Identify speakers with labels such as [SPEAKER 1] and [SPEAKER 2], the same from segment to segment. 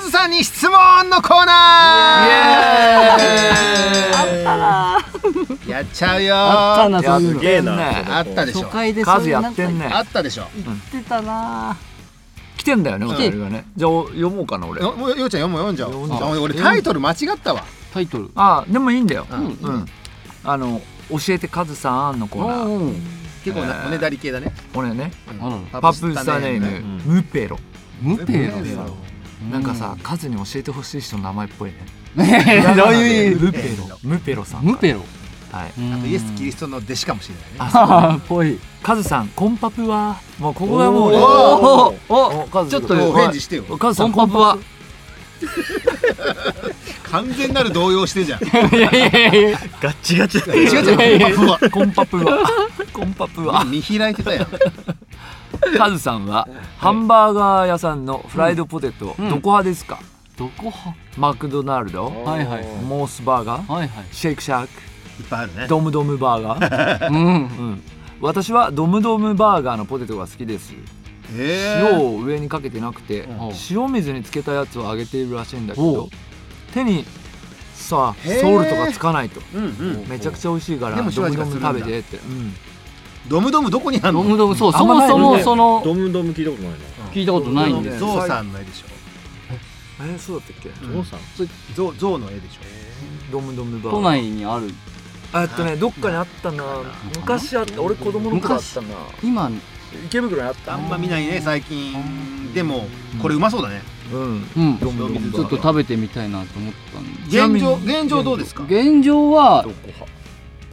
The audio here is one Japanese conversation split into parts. [SPEAKER 1] ズさんに質問のコーナーやっちゃうよ
[SPEAKER 2] あったな、そういう
[SPEAKER 3] す
[SPEAKER 2] の。
[SPEAKER 3] げえな
[SPEAKER 1] あったでし
[SPEAKER 2] 初
[SPEAKER 1] ょ
[SPEAKER 2] 回で
[SPEAKER 3] 数やってん
[SPEAKER 2] ね。
[SPEAKER 3] ね
[SPEAKER 1] あったでしょ
[SPEAKER 2] 言ってたな
[SPEAKER 3] 来てんだよね
[SPEAKER 1] ん
[SPEAKER 3] お便りがねじゃあお読もうかな俺
[SPEAKER 1] よもうようちゃん読む読んじゃおう
[SPEAKER 3] 読んじゃおう
[SPEAKER 1] あ俺タイトル間違ったわ
[SPEAKER 2] タイトル。
[SPEAKER 3] あでもいいんだよ
[SPEAKER 1] う
[SPEAKER 3] うんんあの教えてカズさんのコーナー
[SPEAKER 1] 結構なおねだり系だね
[SPEAKER 3] これね
[SPEAKER 2] あの
[SPEAKER 3] パプスタネー
[SPEAKER 1] ね
[SPEAKER 3] ムムペロ
[SPEAKER 2] ムペロ
[SPEAKER 1] ムペロ
[SPEAKER 2] さん。
[SPEAKER 3] なんかさカズに教えてほしい人の名前っぽいね
[SPEAKER 2] うん。どういう意味
[SPEAKER 3] ムペロムペロさん
[SPEAKER 2] ムペロ。
[SPEAKER 3] はい
[SPEAKER 1] あとイエス・キリストの弟子かもしれないね
[SPEAKER 3] あそう
[SPEAKER 2] あーぽい。
[SPEAKER 3] カズさんコンパプはもうここがもうね
[SPEAKER 1] お
[SPEAKER 2] おお
[SPEAKER 3] おカズ
[SPEAKER 2] ちょっと
[SPEAKER 1] お返事してよ
[SPEAKER 3] おカズさ
[SPEAKER 2] コ
[SPEAKER 3] ん
[SPEAKER 2] ン
[SPEAKER 3] コ
[SPEAKER 2] パ
[SPEAKER 3] ン
[SPEAKER 2] プ
[SPEAKER 3] パ
[SPEAKER 2] は。
[SPEAKER 1] 完全なる動揺してじゃん違
[SPEAKER 2] いやいやいや
[SPEAKER 3] ガッチガチだ
[SPEAKER 1] う 違うコンパプは
[SPEAKER 3] コンパプはコンパプは
[SPEAKER 1] 見開いてたよ
[SPEAKER 3] カズさんはハンバーガー屋さんのフライドポテト、
[SPEAKER 2] うん
[SPEAKER 3] どこ派ですか、
[SPEAKER 2] どこは
[SPEAKER 3] マクドナルド
[SPEAKER 2] はいはい
[SPEAKER 3] モースバーガー
[SPEAKER 2] はいはい。
[SPEAKER 3] シェイクシャーク
[SPEAKER 1] いっぱいあるね
[SPEAKER 3] ドムドムバーガー、
[SPEAKER 2] うん。
[SPEAKER 3] うん、私はドムドムバーガーのポテトが好きです
[SPEAKER 1] え
[SPEAKER 3] 塩
[SPEAKER 1] ー
[SPEAKER 3] を上にかけてなくて、
[SPEAKER 2] ん
[SPEAKER 3] 塩水につけたやつを揚げているらしいんだけ
[SPEAKER 2] お
[SPEAKER 3] ど
[SPEAKER 2] う
[SPEAKER 3] 手にさ
[SPEAKER 1] へー
[SPEAKER 3] ソルトがつかないと
[SPEAKER 1] うんうん
[SPEAKER 3] めちゃくちゃ美味しいから
[SPEAKER 1] でも
[SPEAKER 3] ド
[SPEAKER 1] 塩
[SPEAKER 3] ム
[SPEAKER 1] 味
[SPEAKER 3] ド
[SPEAKER 1] がす
[SPEAKER 3] ム
[SPEAKER 1] るんだ
[SPEAKER 3] 食べてって、うん
[SPEAKER 1] ドムドムどこにあん
[SPEAKER 2] ド
[SPEAKER 1] の
[SPEAKER 2] ムドムそう
[SPEAKER 3] あ
[SPEAKER 2] そ
[SPEAKER 3] んま
[SPEAKER 2] も
[SPEAKER 3] ない
[SPEAKER 2] そ
[SPEAKER 3] よ
[SPEAKER 2] も
[SPEAKER 3] ね
[SPEAKER 2] その
[SPEAKER 4] ドムドム聞いたことないな
[SPEAKER 2] 聞いたことないんで。
[SPEAKER 1] ゾウさんの絵でしょ
[SPEAKER 3] えーそうだったっけ
[SPEAKER 4] ゾウさん
[SPEAKER 1] ゾウゾウの絵でしょ
[SPEAKER 3] ドムドムバーガー
[SPEAKER 2] 都内にある。
[SPEAKER 3] あえっとねどっかにあったな昔あった俺子供の頃あったな
[SPEAKER 2] 今
[SPEAKER 3] 池袋にあった
[SPEAKER 1] あんま見ないね最近でもこれうまそうだね
[SPEAKER 3] うん
[SPEAKER 2] うんち
[SPEAKER 3] ど
[SPEAKER 2] ょ
[SPEAKER 3] んどんどんどん
[SPEAKER 2] っと食べてみたいなと思ったんで。
[SPEAKER 3] ちな
[SPEAKER 1] 現
[SPEAKER 3] みに
[SPEAKER 1] 状現状どうですか
[SPEAKER 2] 現状は
[SPEAKER 3] どこ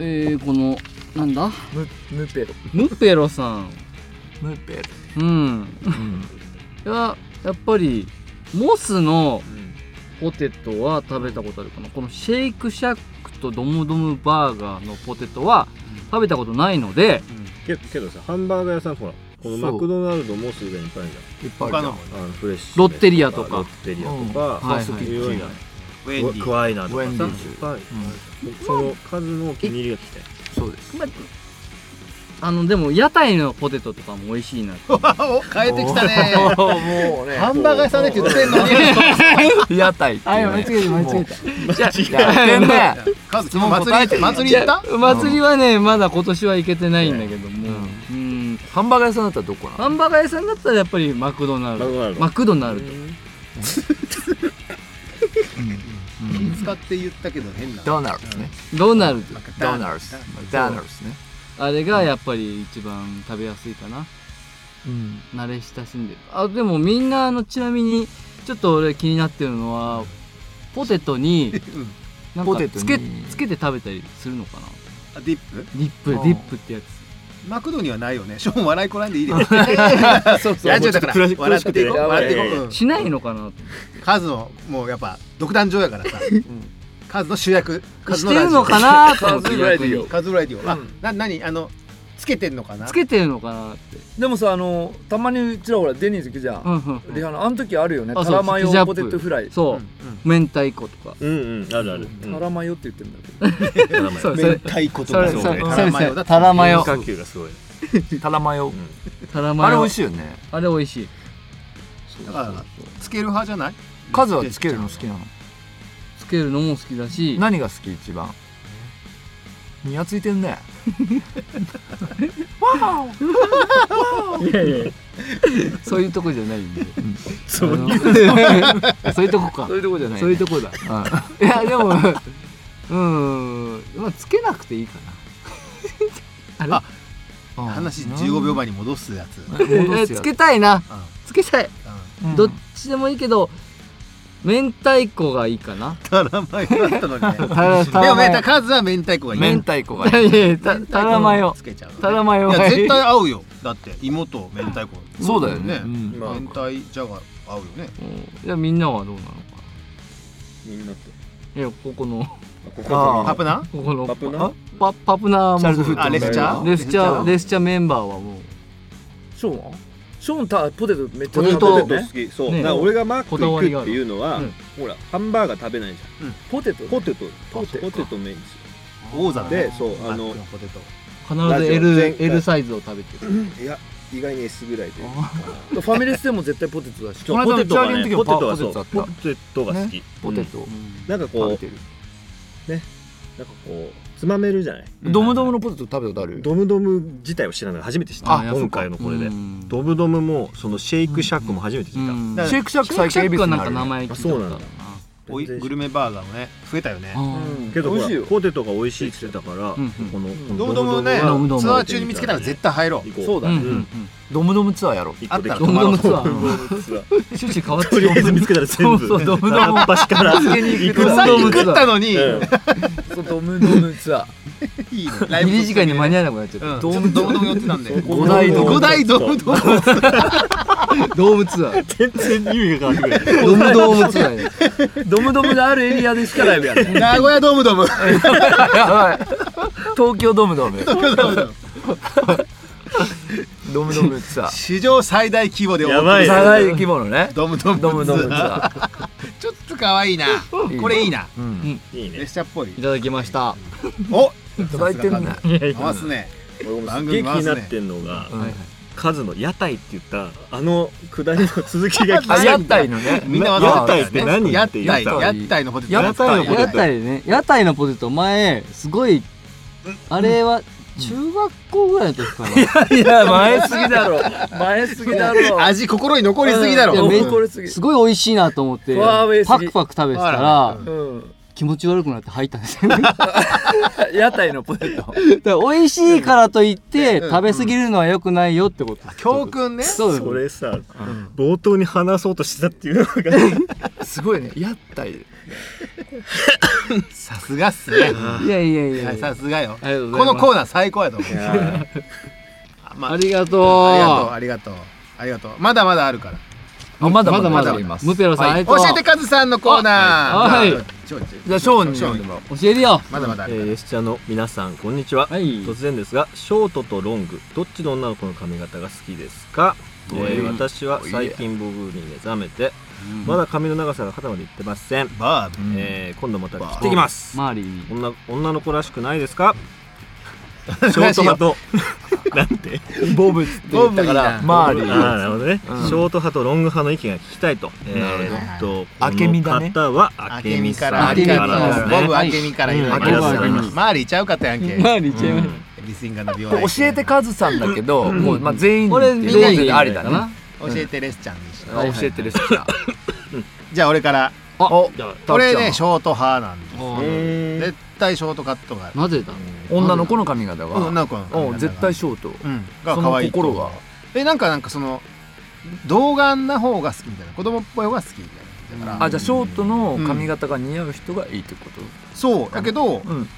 [SPEAKER 3] 派
[SPEAKER 2] えーこのなんだ
[SPEAKER 3] ムムペロ
[SPEAKER 2] ムペロさん。
[SPEAKER 3] ムペロ
[SPEAKER 2] うん。いややっぱりモスのポテトは食べたことあるかなこのシェイクシャックとドムドムバーガーのポテトは食べたことないので
[SPEAKER 4] けけどさハンバーガー屋さんほらこの
[SPEAKER 3] そう
[SPEAKER 4] マクドナルドもすぐにいっぱいあるじ
[SPEAKER 3] いっぱいあるじゃん
[SPEAKER 4] ゃんあのフレッシュ
[SPEAKER 2] ロッテリアとか
[SPEAKER 4] ロッテリアとか、
[SPEAKER 2] うんはいはい
[SPEAKER 4] そういうよ
[SPEAKER 1] ウ
[SPEAKER 4] うな
[SPEAKER 1] ェンディ
[SPEAKER 4] クワイナと
[SPEAKER 3] ウェンディ
[SPEAKER 4] か
[SPEAKER 3] ーズ
[SPEAKER 4] さいっぱいその数のお気に入りが来て
[SPEAKER 3] そうです
[SPEAKER 2] あのでも屋台のポテトとかも美味しいな って
[SPEAKER 1] お変えてきたね
[SPEAKER 3] もうね
[SPEAKER 1] ハンバーガー屋さんねって言ってん のに
[SPEAKER 3] 屋台っていうね
[SPEAKER 2] た
[SPEAKER 3] もう やってんね
[SPEAKER 1] カズ
[SPEAKER 3] 質問
[SPEAKER 1] 祭
[SPEAKER 3] 答えて
[SPEAKER 1] り祭り行った
[SPEAKER 2] 祭りはねまだ今年は行けてないんだけども
[SPEAKER 3] うん
[SPEAKER 2] うん
[SPEAKER 3] ハンバーガー屋さんだったらどこなの
[SPEAKER 2] ハンバーガー屋さんだったらやっぱりマクドナル
[SPEAKER 4] マクドナ
[SPEAKER 2] ド
[SPEAKER 4] ルド
[SPEAKER 2] マクドナルド
[SPEAKER 1] 使って言ったけど変な
[SPEAKER 3] ドナルドね
[SPEAKER 2] ドナルド
[SPEAKER 3] ドナルドドナルドね
[SPEAKER 2] あれがやっぱり一番食べやすいかな
[SPEAKER 3] うん
[SPEAKER 2] 慣れ親しんでるあでもみんなあのちなみにちょっと俺気になってるのはポテト になん
[SPEAKER 3] ポ
[SPEAKER 2] か
[SPEAKER 3] テトに
[SPEAKER 2] つけつけて食べたりするのかな
[SPEAKER 1] あディップ
[SPEAKER 2] ディップデ
[SPEAKER 3] あー
[SPEAKER 2] ィップってやつ
[SPEAKER 1] マクドにはないよねショーン笑いこらんでいいで
[SPEAKER 3] そう
[SPEAKER 1] ラジオだか
[SPEAKER 3] もう
[SPEAKER 1] ら笑ってい
[SPEAKER 3] ちょっと
[SPEAKER 1] こう
[SPEAKER 3] 詳しくてね
[SPEAKER 1] 笑っていこ
[SPEAKER 4] いやいやいう
[SPEAKER 1] うん
[SPEAKER 2] しないのかな
[SPEAKER 1] カズのもうやっぱ独壇場やからさカズの主役カズ
[SPEAKER 2] し
[SPEAKER 1] の
[SPEAKER 2] て
[SPEAKER 1] ラ
[SPEAKER 2] る
[SPEAKER 1] ジオ
[SPEAKER 2] のか なと思っ
[SPEAKER 3] カ
[SPEAKER 2] て
[SPEAKER 3] ズラ
[SPEAKER 2] 逆
[SPEAKER 3] ジオ
[SPEAKER 2] に
[SPEAKER 1] カズラディオあ
[SPEAKER 3] うん
[SPEAKER 1] な何あのつけてんのかな
[SPEAKER 2] つけてるのかなって
[SPEAKER 3] でもさあのたまにうちらほらデニーズ行くじゃ
[SPEAKER 2] うん
[SPEAKER 3] ん
[SPEAKER 2] うん
[SPEAKER 3] であのあの時あるよね
[SPEAKER 2] あ
[SPEAKER 3] タ
[SPEAKER 2] そう
[SPEAKER 3] ラマ
[SPEAKER 2] ケチャッ
[SPEAKER 3] ヨ
[SPEAKER 2] プ
[SPEAKER 3] ポテトフライ
[SPEAKER 1] うん
[SPEAKER 2] そううん明太子とか
[SPEAKER 4] うんうんあるある
[SPEAKER 3] タラマヨって言ってんだけど
[SPEAKER 2] そうそ
[SPEAKER 1] 明
[SPEAKER 2] れ
[SPEAKER 1] 太子と
[SPEAKER 2] そ
[SPEAKER 1] か
[SPEAKER 2] れ
[SPEAKER 1] そう
[SPEAKER 2] そ
[SPEAKER 1] ね
[SPEAKER 2] れ
[SPEAKER 1] タラ
[SPEAKER 2] それ
[SPEAKER 1] マヨだって
[SPEAKER 2] タラマヨ
[SPEAKER 4] 変化球がすごい
[SPEAKER 3] タラマヨ
[SPEAKER 2] タラマ
[SPEAKER 3] あれ
[SPEAKER 2] ヨ
[SPEAKER 3] 美味しいよね
[SPEAKER 2] あれ美味しい
[SPEAKER 1] だからつける派じゃない
[SPEAKER 3] カズはつけるの好きなの
[SPEAKER 2] つけるのも好きだし
[SPEAKER 3] 何が好き一番ニヤついてんね
[SPEAKER 2] そういうとこじゃないんで
[SPEAKER 4] そういう
[SPEAKER 2] あのそういうとこか
[SPEAKER 3] そういうとこじゃない
[SPEAKER 2] そういうとこだいやでもうーんまあつけなくていいかなあ
[SPEAKER 3] うん
[SPEAKER 1] 話15秒前に戻すやつうん
[SPEAKER 2] れ
[SPEAKER 3] 戻
[SPEAKER 2] え
[SPEAKER 3] す
[SPEAKER 2] つ
[SPEAKER 3] よ
[SPEAKER 2] けたいな
[SPEAKER 1] うん
[SPEAKER 2] つけたい、
[SPEAKER 3] うん
[SPEAKER 2] どっちでもいいけど明太子がいいかな
[SPEAKER 1] タラ マヨだったのにね
[SPEAKER 2] た
[SPEAKER 1] でもめたカズは明太子がいい
[SPEAKER 3] 明太子がいい
[SPEAKER 2] いやい
[SPEAKER 1] 明
[SPEAKER 2] やた
[SPEAKER 1] 太子
[SPEAKER 2] たらまよ
[SPEAKER 1] つけちゃうのね
[SPEAKER 2] たらまよ
[SPEAKER 1] いや絶対合うよだって芋と明太子
[SPEAKER 3] そうだよね
[SPEAKER 1] うん
[SPEAKER 3] うん
[SPEAKER 4] まあ
[SPEAKER 1] 明太じゃが合うよね
[SPEAKER 2] うんじゃあみんなはどうなのか
[SPEAKER 4] みんなって
[SPEAKER 2] ないやここの
[SPEAKER 4] あここ
[SPEAKER 3] あ
[SPEAKER 1] パプナ
[SPEAKER 2] ここの
[SPEAKER 4] パプナ
[SPEAKER 2] パパプナーも
[SPEAKER 3] チャイルドフット
[SPEAKER 1] あレスチャー
[SPEAKER 2] レスチャー
[SPEAKER 1] レ
[SPEAKER 2] レスチャーメンバーはもう
[SPEAKER 3] ショーンはショーンたポテトめっちゃ食
[SPEAKER 4] ポ
[SPEAKER 3] べ
[SPEAKER 4] テ
[SPEAKER 3] る
[SPEAKER 4] ト
[SPEAKER 3] ポテ
[SPEAKER 4] ポテ
[SPEAKER 3] ト
[SPEAKER 4] ト
[SPEAKER 3] ね
[SPEAKER 4] 好きそう
[SPEAKER 2] ね
[SPEAKER 4] だから俺がマック
[SPEAKER 2] こだわりが
[SPEAKER 4] 行
[SPEAKER 2] あ
[SPEAKER 4] く
[SPEAKER 2] る
[SPEAKER 4] っていうのはほらハンバーガー食べないじゃ
[SPEAKER 3] ポテト
[SPEAKER 4] んポテトポ
[SPEAKER 3] そ
[SPEAKER 4] テ
[SPEAKER 3] っか
[SPEAKER 4] ポテトメインですよ
[SPEAKER 1] 王座だね
[SPEAKER 4] でそうあの
[SPEAKER 1] マックポテト
[SPEAKER 2] 必ず
[SPEAKER 4] ラジオ前
[SPEAKER 2] L,
[SPEAKER 4] 回
[SPEAKER 2] L サイズを食べてる
[SPEAKER 4] いや意外に S ぐらいで
[SPEAKER 5] ファミレスでも絶対ポテトだし
[SPEAKER 4] そ
[SPEAKER 3] この
[SPEAKER 4] う
[SPEAKER 3] 間の打ち上げの時も
[SPEAKER 4] ポテト
[SPEAKER 3] ポ
[SPEAKER 4] は
[SPEAKER 3] テ
[SPEAKER 4] そう
[SPEAKER 3] トあった
[SPEAKER 4] ポテトが好き
[SPEAKER 3] ポテトを
[SPEAKER 4] なんかこう
[SPEAKER 3] 食べてる
[SPEAKER 4] なんかこうつまめるじゃない
[SPEAKER 5] ドムドムのポテト食べたことある
[SPEAKER 4] ドムドム自体を知らない初めて知った
[SPEAKER 2] あ
[SPEAKER 4] 今回のこれで
[SPEAKER 2] うん
[SPEAKER 4] ドムドムもそのシェイクシャックも初めて知った
[SPEAKER 2] うん
[SPEAKER 1] だから
[SPEAKER 3] シェイクシャック最近
[SPEAKER 2] シェ
[SPEAKER 3] 恵
[SPEAKER 2] イク
[SPEAKER 3] 比
[SPEAKER 2] シャックはな
[SPEAKER 3] 寿に
[SPEAKER 2] んか
[SPEAKER 3] ある
[SPEAKER 2] 名
[SPEAKER 3] ね
[SPEAKER 2] 前聞いた
[SPEAKER 4] あそうなん
[SPEAKER 2] こ
[SPEAKER 4] だ
[SPEAKER 1] おいグルメバーガーもね増えたよね
[SPEAKER 2] とある
[SPEAKER 4] けどほ
[SPEAKER 3] 美味しい
[SPEAKER 4] ら
[SPEAKER 3] よ
[SPEAKER 4] ポテトが美味しいって言ってたから
[SPEAKER 2] うん
[SPEAKER 4] この
[SPEAKER 1] どうどもね
[SPEAKER 2] ドムドム
[SPEAKER 1] ツアー中に見つけたら絶対入ろう
[SPEAKER 4] 行こう
[SPEAKER 3] そうだ
[SPEAKER 2] うん
[SPEAKER 3] ね
[SPEAKER 2] うんうん
[SPEAKER 3] ドムドムツアーやろ
[SPEAKER 4] 一個できた
[SPEAKER 1] あったら
[SPEAKER 2] ドムドムツアー
[SPEAKER 4] ドムドムツアー
[SPEAKER 2] 趣旨変わって
[SPEAKER 4] とりあえず見つけたら全
[SPEAKER 2] そうそう
[SPEAKER 4] 部
[SPEAKER 2] ドムドム
[SPEAKER 4] 片っ端から行
[SPEAKER 1] う
[SPEAKER 4] く
[SPEAKER 1] さぎ
[SPEAKER 2] ドムドム
[SPEAKER 1] 食ったのに
[SPEAKER 4] うん
[SPEAKER 3] そうドムドムツアー
[SPEAKER 1] いいね
[SPEAKER 2] 入り時間に間に合わなくなっちゃった
[SPEAKER 1] ドームドーム寄ってたんだよ
[SPEAKER 4] 五
[SPEAKER 3] 大ドーム
[SPEAKER 1] 五大ドームドーム
[SPEAKER 2] ドームツアー
[SPEAKER 4] 全然意味が変わってくる
[SPEAKER 2] ドムドームツアーや
[SPEAKER 3] ドムドムであるエリアでしかライブやる
[SPEAKER 1] 名古屋ドームドーム
[SPEAKER 3] やばい東京ドムドム ドムドムツアー
[SPEAKER 1] 史上最大規模で
[SPEAKER 4] やばい
[SPEAKER 3] 社外規模のね
[SPEAKER 1] ドームドーム
[SPEAKER 3] ドムドムツア
[SPEAKER 1] ちょっと可愛いなこれいいな
[SPEAKER 3] ーうん
[SPEAKER 4] いいね
[SPEAKER 1] 列車っぽい
[SPEAKER 2] いただきました
[SPEAKER 1] お
[SPEAKER 3] 叩いてるね
[SPEAKER 1] 回すね
[SPEAKER 4] すげえ気になってんのが
[SPEAKER 3] うん
[SPEAKER 4] カズの屋台って言ったあの下りの続きが気にな
[SPEAKER 3] あ
[SPEAKER 4] る
[SPEAKER 3] 屋台のね
[SPEAKER 1] みんなわ
[SPEAKER 4] 屋
[SPEAKER 1] ざ
[SPEAKER 4] 台
[SPEAKER 1] わざ
[SPEAKER 4] って何
[SPEAKER 1] 屋
[SPEAKER 4] って
[SPEAKER 1] 台
[SPEAKER 4] 言った
[SPEAKER 3] の
[SPEAKER 1] 屋台のポテト
[SPEAKER 4] 屋台のポテト
[SPEAKER 2] 屋台ね屋台のポテト前すごいあれは中学校ぐらいの時かない
[SPEAKER 3] や前すぎだろ前すぎだろ
[SPEAKER 1] 味心に残りすぎだろ
[SPEAKER 2] いやめ
[SPEAKER 3] これすぎ
[SPEAKER 2] すごい美味しいなと思って
[SPEAKER 3] うわー美味しい
[SPEAKER 2] パクパク食べてた
[SPEAKER 1] あ
[SPEAKER 2] ら
[SPEAKER 1] ら
[SPEAKER 3] うん
[SPEAKER 2] 気持ち悪くなって吐いたんですよねだか
[SPEAKER 3] 屋台のポテト
[SPEAKER 2] ら美味しいからといって
[SPEAKER 1] うん
[SPEAKER 2] 食べ過ぎるのは良くないよってこと
[SPEAKER 1] 教訓ね
[SPEAKER 2] そう
[SPEAKER 4] それさ
[SPEAKER 3] ん
[SPEAKER 4] 冒頭に話そうとしてたっていうの が
[SPEAKER 3] すごいね屋台
[SPEAKER 1] さすがっすね
[SPEAKER 2] いやいやいや
[SPEAKER 1] はいさすがよ
[SPEAKER 2] ありがとうご
[SPEAKER 1] こ
[SPEAKER 2] ざいます
[SPEAKER 1] のコーナー最高やと思うあまあ
[SPEAKER 2] あ
[SPEAKER 1] あ
[SPEAKER 2] りがとう
[SPEAKER 1] ありがとうありがとうありがとうまだまだあるから
[SPEAKER 3] あまだま
[SPEAKER 1] ま
[SPEAKER 3] だま
[SPEAKER 1] だ
[SPEAKER 3] だ
[SPEAKER 1] まだ
[SPEAKER 3] います
[SPEAKER 2] ムペロさん、
[SPEAKER 1] は
[SPEAKER 2] え
[SPEAKER 1] い
[SPEAKER 2] っ
[SPEAKER 1] 教
[SPEAKER 2] と
[SPEAKER 1] えてカズさんのコーナ
[SPEAKER 2] あは
[SPEAKER 1] ー
[SPEAKER 2] い
[SPEAKER 1] じゃあちょちょ
[SPEAKER 3] じゃあショーンに
[SPEAKER 1] ショ
[SPEAKER 3] 呼
[SPEAKER 1] ー
[SPEAKER 3] んでもらおう
[SPEAKER 2] 教えるよ
[SPEAKER 1] まだまだあ
[SPEAKER 4] え
[SPEAKER 1] る
[SPEAKER 4] ーよしちゃんの皆さんこんにちは
[SPEAKER 2] はい
[SPEAKER 4] 突然ですがショートとロングどっちの女の子の髪型が好きですか、えー
[SPEAKER 2] うん
[SPEAKER 4] 私は最近ボブに目覚めてまだ髪の長さが肩までいってません、
[SPEAKER 1] バー
[SPEAKER 4] えー今度また切ってきます
[SPEAKER 2] マーリー
[SPEAKER 4] 女女の子らしくないですかシ
[SPEAKER 1] ブ
[SPEAKER 4] ョート派となんて
[SPEAKER 3] ボブって
[SPEAKER 1] ボ
[SPEAKER 3] 言っ
[SPEAKER 1] ブ
[SPEAKER 3] た
[SPEAKER 1] いい
[SPEAKER 3] から
[SPEAKER 1] な
[SPEAKER 3] マーリ
[SPEAKER 4] ああ
[SPEAKER 3] ー
[SPEAKER 4] なるほどね、
[SPEAKER 3] うん
[SPEAKER 4] ショート派とロング派の意見が聞きたいと、
[SPEAKER 3] なるほど
[SPEAKER 4] えーっと
[SPEAKER 3] あけみだね
[SPEAKER 4] この方はあ
[SPEAKER 1] あ
[SPEAKER 4] け
[SPEAKER 1] け
[SPEAKER 4] み
[SPEAKER 1] みか
[SPEAKER 4] さん
[SPEAKER 1] ら
[SPEAKER 2] あけみ
[SPEAKER 4] か
[SPEAKER 2] から
[SPEAKER 4] らです
[SPEAKER 2] あけみ
[SPEAKER 4] ね
[SPEAKER 1] ボブあけみからいただき
[SPEAKER 4] うんあけみ
[SPEAKER 1] ますマーリーちゃうかったやんけ
[SPEAKER 2] マーリーちゃいまし
[SPEAKER 1] リスインガーの美容
[SPEAKER 3] これ教えてカズさんだけどもうまあ全員
[SPEAKER 2] これ
[SPEAKER 3] っていう
[SPEAKER 2] みんなに
[SPEAKER 3] ことでありだな
[SPEAKER 1] 教えてレスちゃんにし
[SPEAKER 2] はいはい
[SPEAKER 3] 教えてるしな
[SPEAKER 1] じゃあ俺から
[SPEAKER 2] あ
[SPEAKER 3] お
[SPEAKER 4] じゃ
[SPEAKER 3] タ
[SPEAKER 4] あ
[SPEAKER 3] ッちゃんは
[SPEAKER 1] 俺ねショート派なんです
[SPEAKER 2] たな
[SPEAKER 4] え
[SPEAKER 1] 絶対ショートカットがある
[SPEAKER 2] なぜだ
[SPEAKER 3] 女の子の髪型
[SPEAKER 1] うん
[SPEAKER 3] が
[SPEAKER 1] なんか
[SPEAKER 3] お絶対ショート
[SPEAKER 1] うんが
[SPEAKER 3] そ
[SPEAKER 1] 可
[SPEAKER 3] の
[SPEAKER 1] 愛い
[SPEAKER 3] 心が
[SPEAKER 1] えなんかなんかその童顔な方が好きみたいな子供っぽい方が好きみたいなだから
[SPEAKER 3] あじゃあショートの髪型が似合う人がいいってこと
[SPEAKER 1] そうだけど
[SPEAKER 3] うん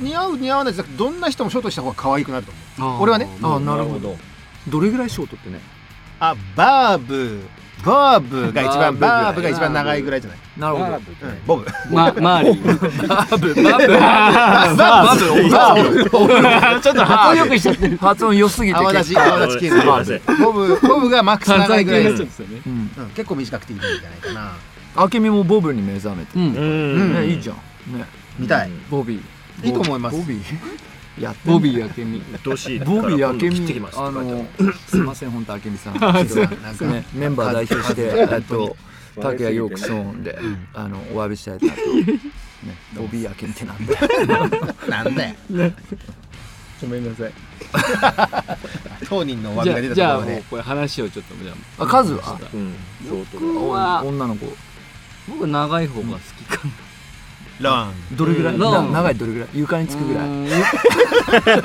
[SPEAKER 1] 似合う似合わないじゃなくてどんな人もショートした方が可愛くなると思う俺
[SPEAKER 2] 俺
[SPEAKER 1] はね
[SPEAKER 3] あなるほどどれぐらいショートってね
[SPEAKER 1] あバーブバーブが一番バーブが一番長いぐらいじゃない
[SPEAKER 3] なるほど
[SPEAKER 4] バ
[SPEAKER 1] うんボブ
[SPEAKER 2] まマーリー
[SPEAKER 3] バブバブバブ
[SPEAKER 1] バーブ
[SPEAKER 3] ちょっと
[SPEAKER 2] あ
[SPEAKER 3] 発
[SPEAKER 2] よ
[SPEAKER 3] 音
[SPEAKER 2] くしちゃってる
[SPEAKER 3] 発音良すぎて
[SPEAKER 1] 泡立ち泡立ち系
[SPEAKER 4] すい
[SPEAKER 1] の
[SPEAKER 4] ません
[SPEAKER 1] ボブボブがマックス長いぐらい
[SPEAKER 4] 炭
[SPEAKER 1] う
[SPEAKER 4] 酸系
[SPEAKER 1] ん
[SPEAKER 2] ですよね
[SPEAKER 3] うん
[SPEAKER 1] 結構短くていいんじゃないかな
[SPEAKER 3] あけみもボブに目覚めて
[SPEAKER 2] う
[SPEAKER 3] ね
[SPEAKER 2] ん
[SPEAKER 4] うん
[SPEAKER 1] うん
[SPEAKER 3] いいじゃんね
[SPEAKER 1] 見たい
[SPEAKER 3] ボビー
[SPEAKER 1] いいと思います
[SPEAKER 3] ボビーやってん
[SPEAKER 2] ボ
[SPEAKER 3] だ
[SPEAKER 2] ビーやけみ
[SPEAKER 4] うっとうしいから
[SPEAKER 3] ボビーあ
[SPEAKER 4] 今
[SPEAKER 3] け
[SPEAKER 4] 度
[SPEAKER 3] み
[SPEAKER 4] 切ってきます
[SPEAKER 3] あ
[SPEAKER 4] とか言っ
[SPEAKER 3] の
[SPEAKER 4] て
[SPEAKER 3] すいません本当あけみさん
[SPEAKER 1] なん
[SPEAKER 3] ね
[SPEAKER 1] か
[SPEAKER 3] メンバー代表して
[SPEAKER 1] 数
[SPEAKER 3] えっと拓也ヨークショーンで
[SPEAKER 1] ん
[SPEAKER 3] あのお詫びしたいなとねボビーあけみってなんだよ
[SPEAKER 1] なんだよ
[SPEAKER 2] ごめんなさい
[SPEAKER 1] 当人のお詫びが
[SPEAKER 2] じゃ
[SPEAKER 1] 出
[SPEAKER 2] あ
[SPEAKER 1] たところ
[SPEAKER 2] じゃあもう
[SPEAKER 1] で
[SPEAKER 2] これ話をちょっとじゃあ
[SPEAKER 3] あカズは
[SPEAKER 4] うんショート
[SPEAKER 2] 僕は
[SPEAKER 3] 女の子
[SPEAKER 2] 僕長い方が好きか
[SPEAKER 1] ローン
[SPEAKER 3] どれぐらい
[SPEAKER 2] ロ
[SPEAKER 3] な
[SPEAKER 2] ーン
[SPEAKER 3] 長いどれぐらい床につくぐらい
[SPEAKER 2] な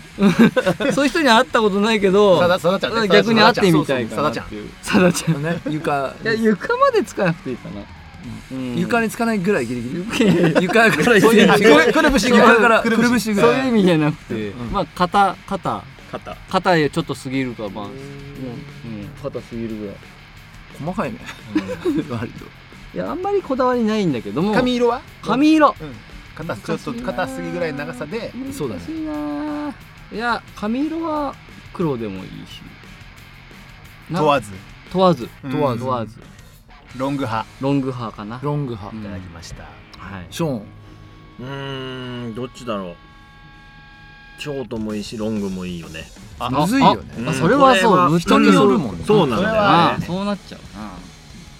[SPEAKER 2] そういう人には会ったことないけど
[SPEAKER 1] さださだちゃんね
[SPEAKER 2] 逆に会ってみたい
[SPEAKER 1] さ
[SPEAKER 2] か
[SPEAKER 1] だ
[SPEAKER 2] な
[SPEAKER 1] ちゃん
[SPEAKER 2] っていうさだちゃんい
[SPEAKER 3] ね床
[SPEAKER 2] や床までつかなくていいかなうん
[SPEAKER 3] 床につかないぐらいギリ ギリ床から
[SPEAKER 2] そういう意味
[SPEAKER 3] 床床からく
[SPEAKER 1] くるぶし
[SPEAKER 3] るぶしぐ
[SPEAKER 2] そう
[SPEAKER 3] ら
[SPEAKER 2] いう
[SPEAKER 3] い
[SPEAKER 2] 意味じゃなくて、まあ肩肩
[SPEAKER 4] 肩
[SPEAKER 2] 肩へちょっと過ぎるかまあ、うん肩過ぎるぐらい
[SPEAKER 3] 細かいね割と
[SPEAKER 2] いやあんまりこだわりないんだけども
[SPEAKER 1] 髪色は
[SPEAKER 2] 髪色
[SPEAKER 1] うん肩ちょっと肩すぎぐらいの長さで
[SPEAKER 3] そうだね
[SPEAKER 2] 難しいなあいや髪色は黒でもいいしな
[SPEAKER 1] 問わず
[SPEAKER 2] 問わず
[SPEAKER 1] うん
[SPEAKER 3] 問わず
[SPEAKER 2] 問わず
[SPEAKER 1] ロング派
[SPEAKER 2] ロング派かな
[SPEAKER 3] ロング派
[SPEAKER 2] うん
[SPEAKER 1] いただきました
[SPEAKER 2] はい
[SPEAKER 3] ショーン
[SPEAKER 4] うーんどっちだろう京都もいいしロングもいいよね
[SPEAKER 1] あ
[SPEAKER 2] あ
[SPEAKER 1] むずいよね
[SPEAKER 2] あそれは
[SPEAKER 4] こ
[SPEAKER 2] そう
[SPEAKER 1] 人によるもんね
[SPEAKER 4] そうなんだよね
[SPEAKER 2] ああそうなっちゃうな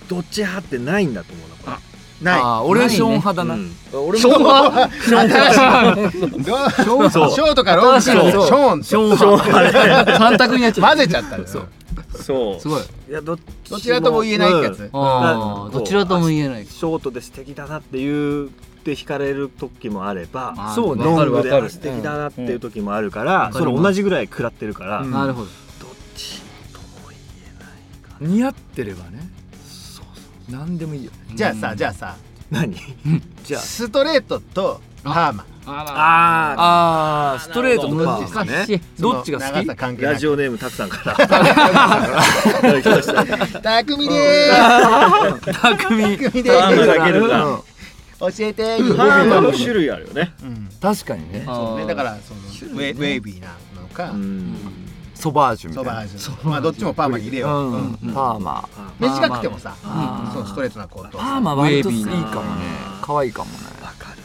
[SPEAKER 4] どっち派ってないんだと思うなこ
[SPEAKER 1] ない
[SPEAKER 3] あー俺ショーン派だ
[SPEAKER 4] れ、
[SPEAKER 3] な、
[SPEAKER 4] うん
[SPEAKER 5] 俺
[SPEAKER 2] ショーンは
[SPEAKER 1] ショートかロングショ
[SPEAKER 4] そう
[SPEAKER 1] ーン
[SPEAKER 4] ショーン 派
[SPEAKER 2] 三択になっちゃう
[SPEAKER 1] 混ぜちゃったんですよ
[SPEAKER 4] そう
[SPEAKER 2] すごい
[SPEAKER 4] いやどっ
[SPEAKER 1] どちらとも言えないってやつね
[SPEAKER 2] ああどちらとも言えない
[SPEAKER 4] ショートで素敵だなっていうって惹かれる時もあれば
[SPEAKER 2] あー
[SPEAKER 4] そうね
[SPEAKER 2] わか
[SPEAKER 4] ロ
[SPEAKER 2] る
[SPEAKER 4] ングで
[SPEAKER 2] わかる
[SPEAKER 4] あ素敵だなっていう時もあるから、それ同じぐらい食らってるから、
[SPEAKER 1] うん
[SPEAKER 4] どっ
[SPEAKER 2] なるほど
[SPEAKER 4] ちとも言えないか
[SPEAKER 3] 似合ってればね
[SPEAKER 4] そうそう
[SPEAKER 3] 何でもいいよ
[SPEAKER 1] じゃあさじゃあさ
[SPEAKER 4] 何
[SPEAKER 3] じゃ
[SPEAKER 1] ストレートとパーマ
[SPEAKER 2] あ
[SPEAKER 4] あ
[SPEAKER 3] ああーストレート
[SPEAKER 2] ら
[SPEAKER 3] とパーマ
[SPEAKER 2] 難しい
[SPEAKER 3] どっちが好
[SPEAKER 1] その長
[SPEAKER 3] き
[SPEAKER 1] さ関係な
[SPEAKER 4] ラ
[SPEAKER 1] い
[SPEAKER 4] ジオネームたくさんからいただきました
[SPEAKER 1] 匠でーす匠でー
[SPEAKER 3] 匠
[SPEAKER 4] パーマかけるか
[SPEAKER 1] す教えて
[SPEAKER 4] パーマの種類あるよね
[SPEAKER 1] うん
[SPEAKER 3] 確かにね
[SPEAKER 1] そうねだからそのウ
[SPEAKER 3] 種
[SPEAKER 1] ェ
[SPEAKER 3] 類ね
[SPEAKER 1] ウェイビーなのか
[SPEAKER 4] うん
[SPEAKER 3] ソバージュみた
[SPEAKER 1] ソ
[SPEAKER 3] いな
[SPEAKER 1] バージュまあどっちもパーマに入れよう
[SPEAKER 3] う
[SPEAKER 1] うん
[SPEAKER 3] んパーマ
[SPEAKER 4] パーマ
[SPEAKER 1] 短くてもさ
[SPEAKER 3] あー
[SPEAKER 1] そうストレートなコートを
[SPEAKER 3] パ
[SPEAKER 1] さ
[SPEAKER 3] ーマ割と
[SPEAKER 2] ウ
[SPEAKER 3] い
[SPEAKER 2] ェ
[SPEAKER 3] い
[SPEAKER 2] ー
[SPEAKER 3] か
[SPEAKER 2] ビ
[SPEAKER 3] も
[SPEAKER 2] ー
[SPEAKER 3] ね
[SPEAKER 2] な
[SPEAKER 3] 可愛いかもね
[SPEAKER 4] わかる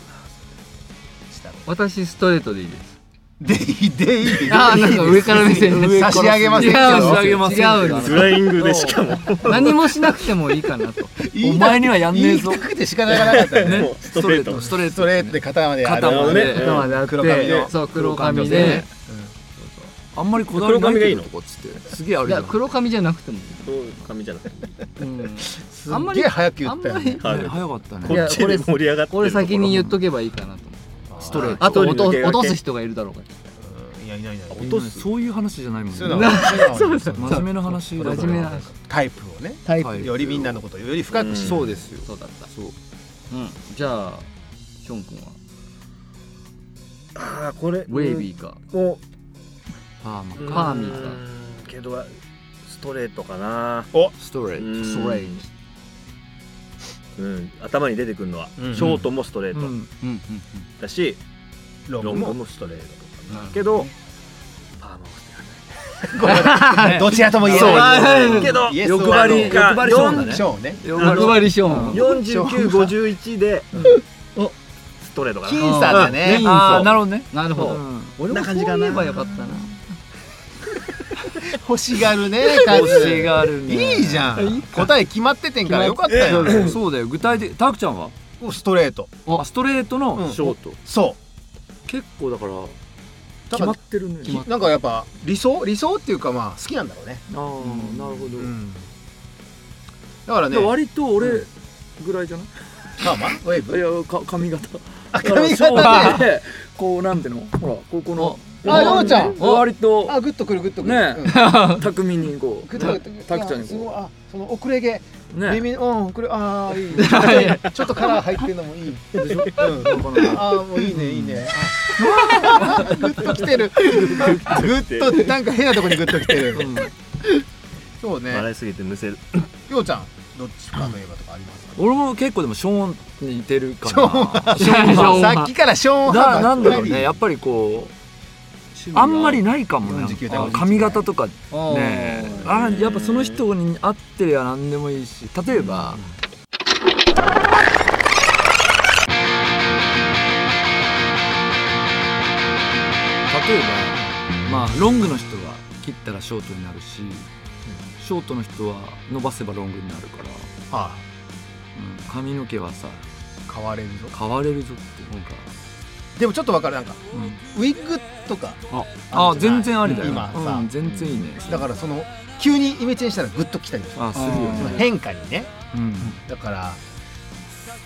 [SPEAKER 1] した方
[SPEAKER 2] 私ストレートでいいです
[SPEAKER 1] でいいでいいでいい
[SPEAKER 2] ああなんか上から目線
[SPEAKER 1] 差し上げませ
[SPEAKER 2] 違
[SPEAKER 1] んけ
[SPEAKER 2] う
[SPEAKER 1] ど
[SPEAKER 2] 違う違
[SPEAKER 4] なフ
[SPEAKER 2] う
[SPEAKER 4] ライングでしかも
[SPEAKER 2] 何もしなくてもいいかなと
[SPEAKER 1] 言
[SPEAKER 3] お
[SPEAKER 1] いたく
[SPEAKER 3] 前にはやんねえぞ
[SPEAKER 1] 言いたくて仕方がなかったよね
[SPEAKER 4] もうストレート
[SPEAKER 3] ストレー
[SPEAKER 1] ストレートで肩まである
[SPEAKER 3] 肩まで
[SPEAKER 4] ね
[SPEAKER 2] 頭であっ
[SPEAKER 1] 黒髪
[SPEAKER 2] て
[SPEAKER 1] の
[SPEAKER 2] そう黒髪で
[SPEAKER 3] あんまりこだわりないけど
[SPEAKER 4] 黒髪がいいの
[SPEAKER 3] とこっちってすげえある
[SPEAKER 2] い
[SPEAKER 3] じゃ
[SPEAKER 2] や
[SPEAKER 3] ん
[SPEAKER 2] 黒髪じゃなくてもいい
[SPEAKER 4] そう髪じゃなくて
[SPEAKER 2] うん
[SPEAKER 1] あ
[SPEAKER 2] あ
[SPEAKER 1] ん
[SPEAKER 2] ん
[SPEAKER 1] ま
[SPEAKER 2] ま
[SPEAKER 1] りすっげえ
[SPEAKER 2] り
[SPEAKER 1] 早く言
[SPEAKER 2] あ
[SPEAKER 1] っ
[SPEAKER 2] ん
[SPEAKER 1] たよ
[SPEAKER 2] ま
[SPEAKER 1] ね
[SPEAKER 2] り
[SPEAKER 4] はい
[SPEAKER 3] ね早かった
[SPEAKER 4] こ
[SPEAKER 2] い
[SPEAKER 3] ね
[SPEAKER 2] や
[SPEAKER 4] っちで盛り上がってるところ
[SPEAKER 2] 俺先に言っとけばいいかなと
[SPEAKER 3] ストレー
[SPEAKER 2] あと
[SPEAKER 4] 一
[SPEAKER 2] 落
[SPEAKER 4] 人抜
[SPEAKER 2] と
[SPEAKER 4] け駆け
[SPEAKER 2] 落とす人がいるだろうか
[SPEAKER 1] うんいやいないいない
[SPEAKER 4] 落とす
[SPEAKER 3] そういう話じゃないもん
[SPEAKER 1] そういう
[SPEAKER 3] ね
[SPEAKER 1] のはそういうのは
[SPEAKER 3] 真面目な話だ
[SPEAKER 2] ら
[SPEAKER 3] か
[SPEAKER 2] 真
[SPEAKER 3] ら
[SPEAKER 2] 面目な
[SPEAKER 1] タイプをね
[SPEAKER 2] タイ
[SPEAKER 3] は
[SPEAKER 2] プ
[SPEAKER 3] い
[SPEAKER 1] よりみんなのことをより深く知る
[SPEAKER 3] そうですよ
[SPEAKER 2] そうだった
[SPEAKER 3] そう
[SPEAKER 2] うんじゃあション君は
[SPEAKER 4] ああこれ
[SPEAKER 2] ウェービーか
[SPEAKER 4] ーも
[SPEAKER 3] パーマ
[SPEAKER 4] う
[SPEAKER 2] パーミーか
[SPEAKER 4] かけどストレートかな
[SPEAKER 3] ストレー
[SPEAKER 4] うん
[SPEAKER 2] ストレート
[SPEAKER 4] うん頭に出てくるのはシ
[SPEAKER 1] うん
[SPEAKER 4] ョートもストレ
[SPEAKER 3] トう
[SPEAKER 4] ート
[SPEAKER 3] ん
[SPEAKER 2] うんうん
[SPEAKER 4] だし
[SPEAKER 1] ロ
[SPEAKER 4] ロ
[SPEAKER 1] ン
[SPEAKER 4] ング
[SPEAKER 1] グも
[SPEAKER 4] もストレート
[SPEAKER 2] うんなるほ
[SPEAKER 4] けどパーマ も
[SPEAKER 1] どちらとも言え
[SPEAKER 4] そう
[SPEAKER 1] ない
[SPEAKER 4] 言えないけど
[SPEAKER 1] イエス
[SPEAKER 3] 欲張り
[SPEAKER 1] オ
[SPEAKER 4] そう
[SPEAKER 1] ーノ
[SPEAKER 4] か
[SPEAKER 3] 欲張りそ
[SPEAKER 1] ー
[SPEAKER 3] うだね
[SPEAKER 1] ショーね
[SPEAKER 2] ど欲張りション
[SPEAKER 4] 4951で
[SPEAKER 2] うんお
[SPEAKER 4] ストレートか
[SPEAKER 1] 僅
[SPEAKER 4] な
[SPEAKER 1] 差だね
[SPEAKER 2] うん
[SPEAKER 3] ああなるほどね
[SPEAKER 2] なるほど俺も
[SPEAKER 4] な
[SPEAKER 2] そ
[SPEAKER 4] 感
[SPEAKER 2] う
[SPEAKER 4] じかな
[SPEAKER 2] 言えばよかったな
[SPEAKER 1] 欲しがるねカズ
[SPEAKER 3] がる
[SPEAKER 1] いいじゃん答え決まっててんからよかったよ
[SPEAKER 3] んそうだよ具体的たくちゃんは
[SPEAKER 1] ストレート
[SPEAKER 3] あストレート
[SPEAKER 1] う
[SPEAKER 3] の
[SPEAKER 1] ん
[SPEAKER 3] ショート
[SPEAKER 1] そ
[SPEAKER 3] 結構だから
[SPEAKER 1] うだ
[SPEAKER 3] 決
[SPEAKER 1] か
[SPEAKER 3] ま
[SPEAKER 1] ら
[SPEAKER 3] ってるね
[SPEAKER 1] きなんかやっぱ理想理想っていうかまあ好きなんだろうね
[SPEAKER 3] ああなるほど
[SPEAKER 1] うんだからね
[SPEAKER 3] で割と俺ぐらいじゃない
[SPEAKER 1] まあまあウェーブ
[SPEAKER 3] いやか髪型
[SPEAKER 1] あ
[SPEAKER 3] だ
[SPEAKER 1] 髪
[SPEAKER 3] からそう
[SPEAKER 1] 型ね
[SPEAKER 3] でこうなんていうのほらここの
[SPEAKER 1] ああようちゃん
[SPEAKER 3] 割と
[SPEAKER 1] あグッとくるグッとくる
[SPEAKER 3] ね
[SPEAKER 1] うん
[SPEAKER 3] 巧みにこ
[SPEAKER 1] グ
[SPEAKER 3] う
[SPEAKER 1] ッとくる
[SPEAKER 3] タクちゃんに
[SPEAKER 1] すごい
[SPEAKER 3] こ
[SPEAKER 1] あその遅れ毛
[SPEAKER 3] うね
[SPEAKER 1] 耳うん遅れああい いちょっとカラー入ってるのもいい
[SPEAKER 3] でしょ
[SPEAKER 1] うんああもういいねいいね。あグッと来てる。グッとなんか変なとこにグッと来てる。そうね。
[SPEAKER 4] 笑いすぎてむせる
[SPEAKER 1] ようちゃんどっちかの映画とかありますか。
[SPEAKER 3] 俺も結構でもショーンに似てるかな
[SPEAKER 2] ショーン ショーン
[SPEAKER 1] さっきからショーン
[SPEAKER 3] な
[SPEAKER 1] 派
[SPEAKER 3] な
[SPEAKER 1] ばっか
[SPEAKER 3] んだ
[SPEAKER 1] り
[SPEAKER 3] ろうねやっぱりこうあんまりないかもね
[SPEAKER 1] 49だ
[SPEAKER 3] あ髪型とか
[SPEAKER 2] あ
[SPEAKER 3] ね
[SPEAKER 2] ー
[SPEAKER 3] あーやっぱその人に合ってりゃ何でもいいし例えば例えばまあロングの人は切ったらショートになるしショートの人は伸ばせばロングになるから、
[SPEAKER 1] は
[SPEAKER 3] うん髪の毛はさ
[SPEAKER 1] あ変われるぞ。
[SPEAKER 3] 変われるぞっていうか、
[SPEAKER 1] でもちょっとわかるなんか
[SPEAKER 3] うん
[SPEAKER 1] ウィッグとか
[SPEAKER 3] ああ全然ありだよ
[SPEAKER 1] 今さ
[SPEAKER 3] うん全然いいね
[SPEAKER 1] だからその急にイメチェンしたらグッと来たりする。
[SPEAKER 3] あするよ
[SPEAKER 1] その
[SPEAKER 3] ね
[SPEAKER 1] 変化にね。
[SPEAKER 3] うん
[SPEAKER 1] だから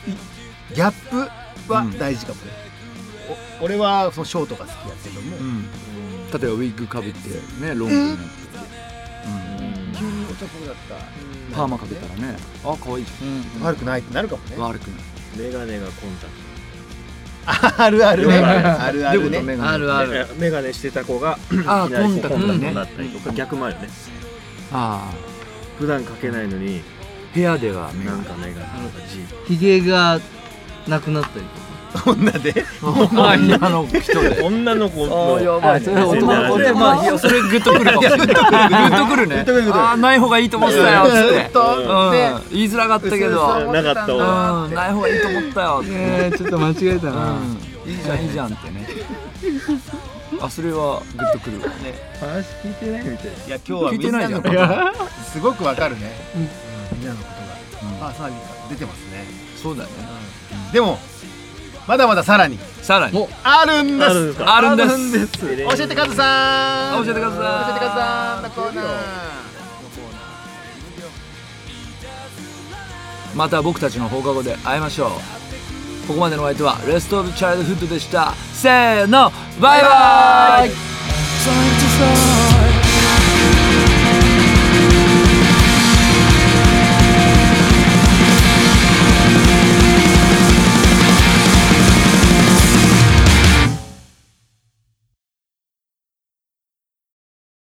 [SPEAKER 1] いギャップは大事かもね。お俺はそのショートが好きやけども。
[SPEAKER 3] うん例えばウィッグかぶってねロングになってて、
[SPEAKER 1] 急に男だった、
[SPEAKER 3] うん、パーマかけたらねあ可愛いじ
[SPEAKER 2] うん
[SPEAKER 1] 悪くないってなるかもね
[SPEAKER 3] ゃん悪くない
[SPEAKER 4] メガネがコンタク
[SPEAKER 1] あるあるねあるある
[SPEAKER 3] どう
[SPEAKER 1] ね
[SPEAKER 3] いうこと
[SPEAKER 2] ある ある
[SPEAKER 4] トメガメガネしてた子が
[SPEAKER 3] あ
[SPEAKER 4] い
[SPEAKER 3] あ
[SPEAKER 4] きなり
[SPEAKER 3] コンタクト
[SPEAKER 4] コン
[SPEAKER 3] ね
[SPEAKER 4] だったりとか逆もあるよね
[SPEAKER 3] ああ
[SPEAKER 4] 普段かけないのに
[SPEAKER 3] 部屋で はね
[SPEAKER 4] なんかメガネなんかジー パ
[SPEAKER 2] ひげがなくな ったりとか
[SPEAKER 1] 女で
[SPEAKER 3] 女の人で
[SPEAKER 4] ン女の子
[SPEAKER 3] ああや
[SPEAKER 4] の
[SPEAKER 3] ばいそれは男の子
[SPEAKER 4] そ
[SPEAKER 3] で
[SPEAKER 4] れ
[SPEAKER 3] まあそれグッとくるかもしれないグッとくるね
[SPEAKER 1] とくるグッとくる
[SPEAKER 3] ああない方がいいと思ってたよっつっ
[SPEAKER 1] ず
[SPEAKER 3] て
[SPEAKER 1] っとね
[SPEAKER 3] うん言いづらかったけど
[SPEAKER 4] なかった
[SPEAKER 3] う
[SPEAKER 4] わ
[SPEAKER 3] んない方がいいと思ったよって
[SPEAKER 2] えーちょっと間違えた
[SPEAKER 3] うんいいじゃんいいじゃんってねあそれはグッとくる
[SPEAKER 4] 話聞いてないみたい
[SPEAKER 1] いや今日は
[SPEAKER 3] 聞いてないじゃん
[SPEAKER 1] みなのことがすごくわかるね、
[SPEAKER 2] う
[SPEAKER 1] みんなのことが、
[SPEAKER 3] うん
[SPEAKER 1] パーソナリティが出てますね、
[SPEAKER 3] そうだね
[SPEAKER 1] でもまだまださらに
[SPEAKER 3] さらに
[SPEAKER 2] お
[SPEAKER 1] あるんです
[SPEAKER 4] です
[SPEAKER 3] あるんです
[SPEAKER 1] 教えてカズさん
[SPEAKER 3] あ教えてカズさん
[SPEAKER 1] 教えてカズさんのコーナー
[SPEAKER 3] また僕たちの放課後で会いましょうここまでのお相手はレストオブチャイルドフッドでしたせーのバイバイ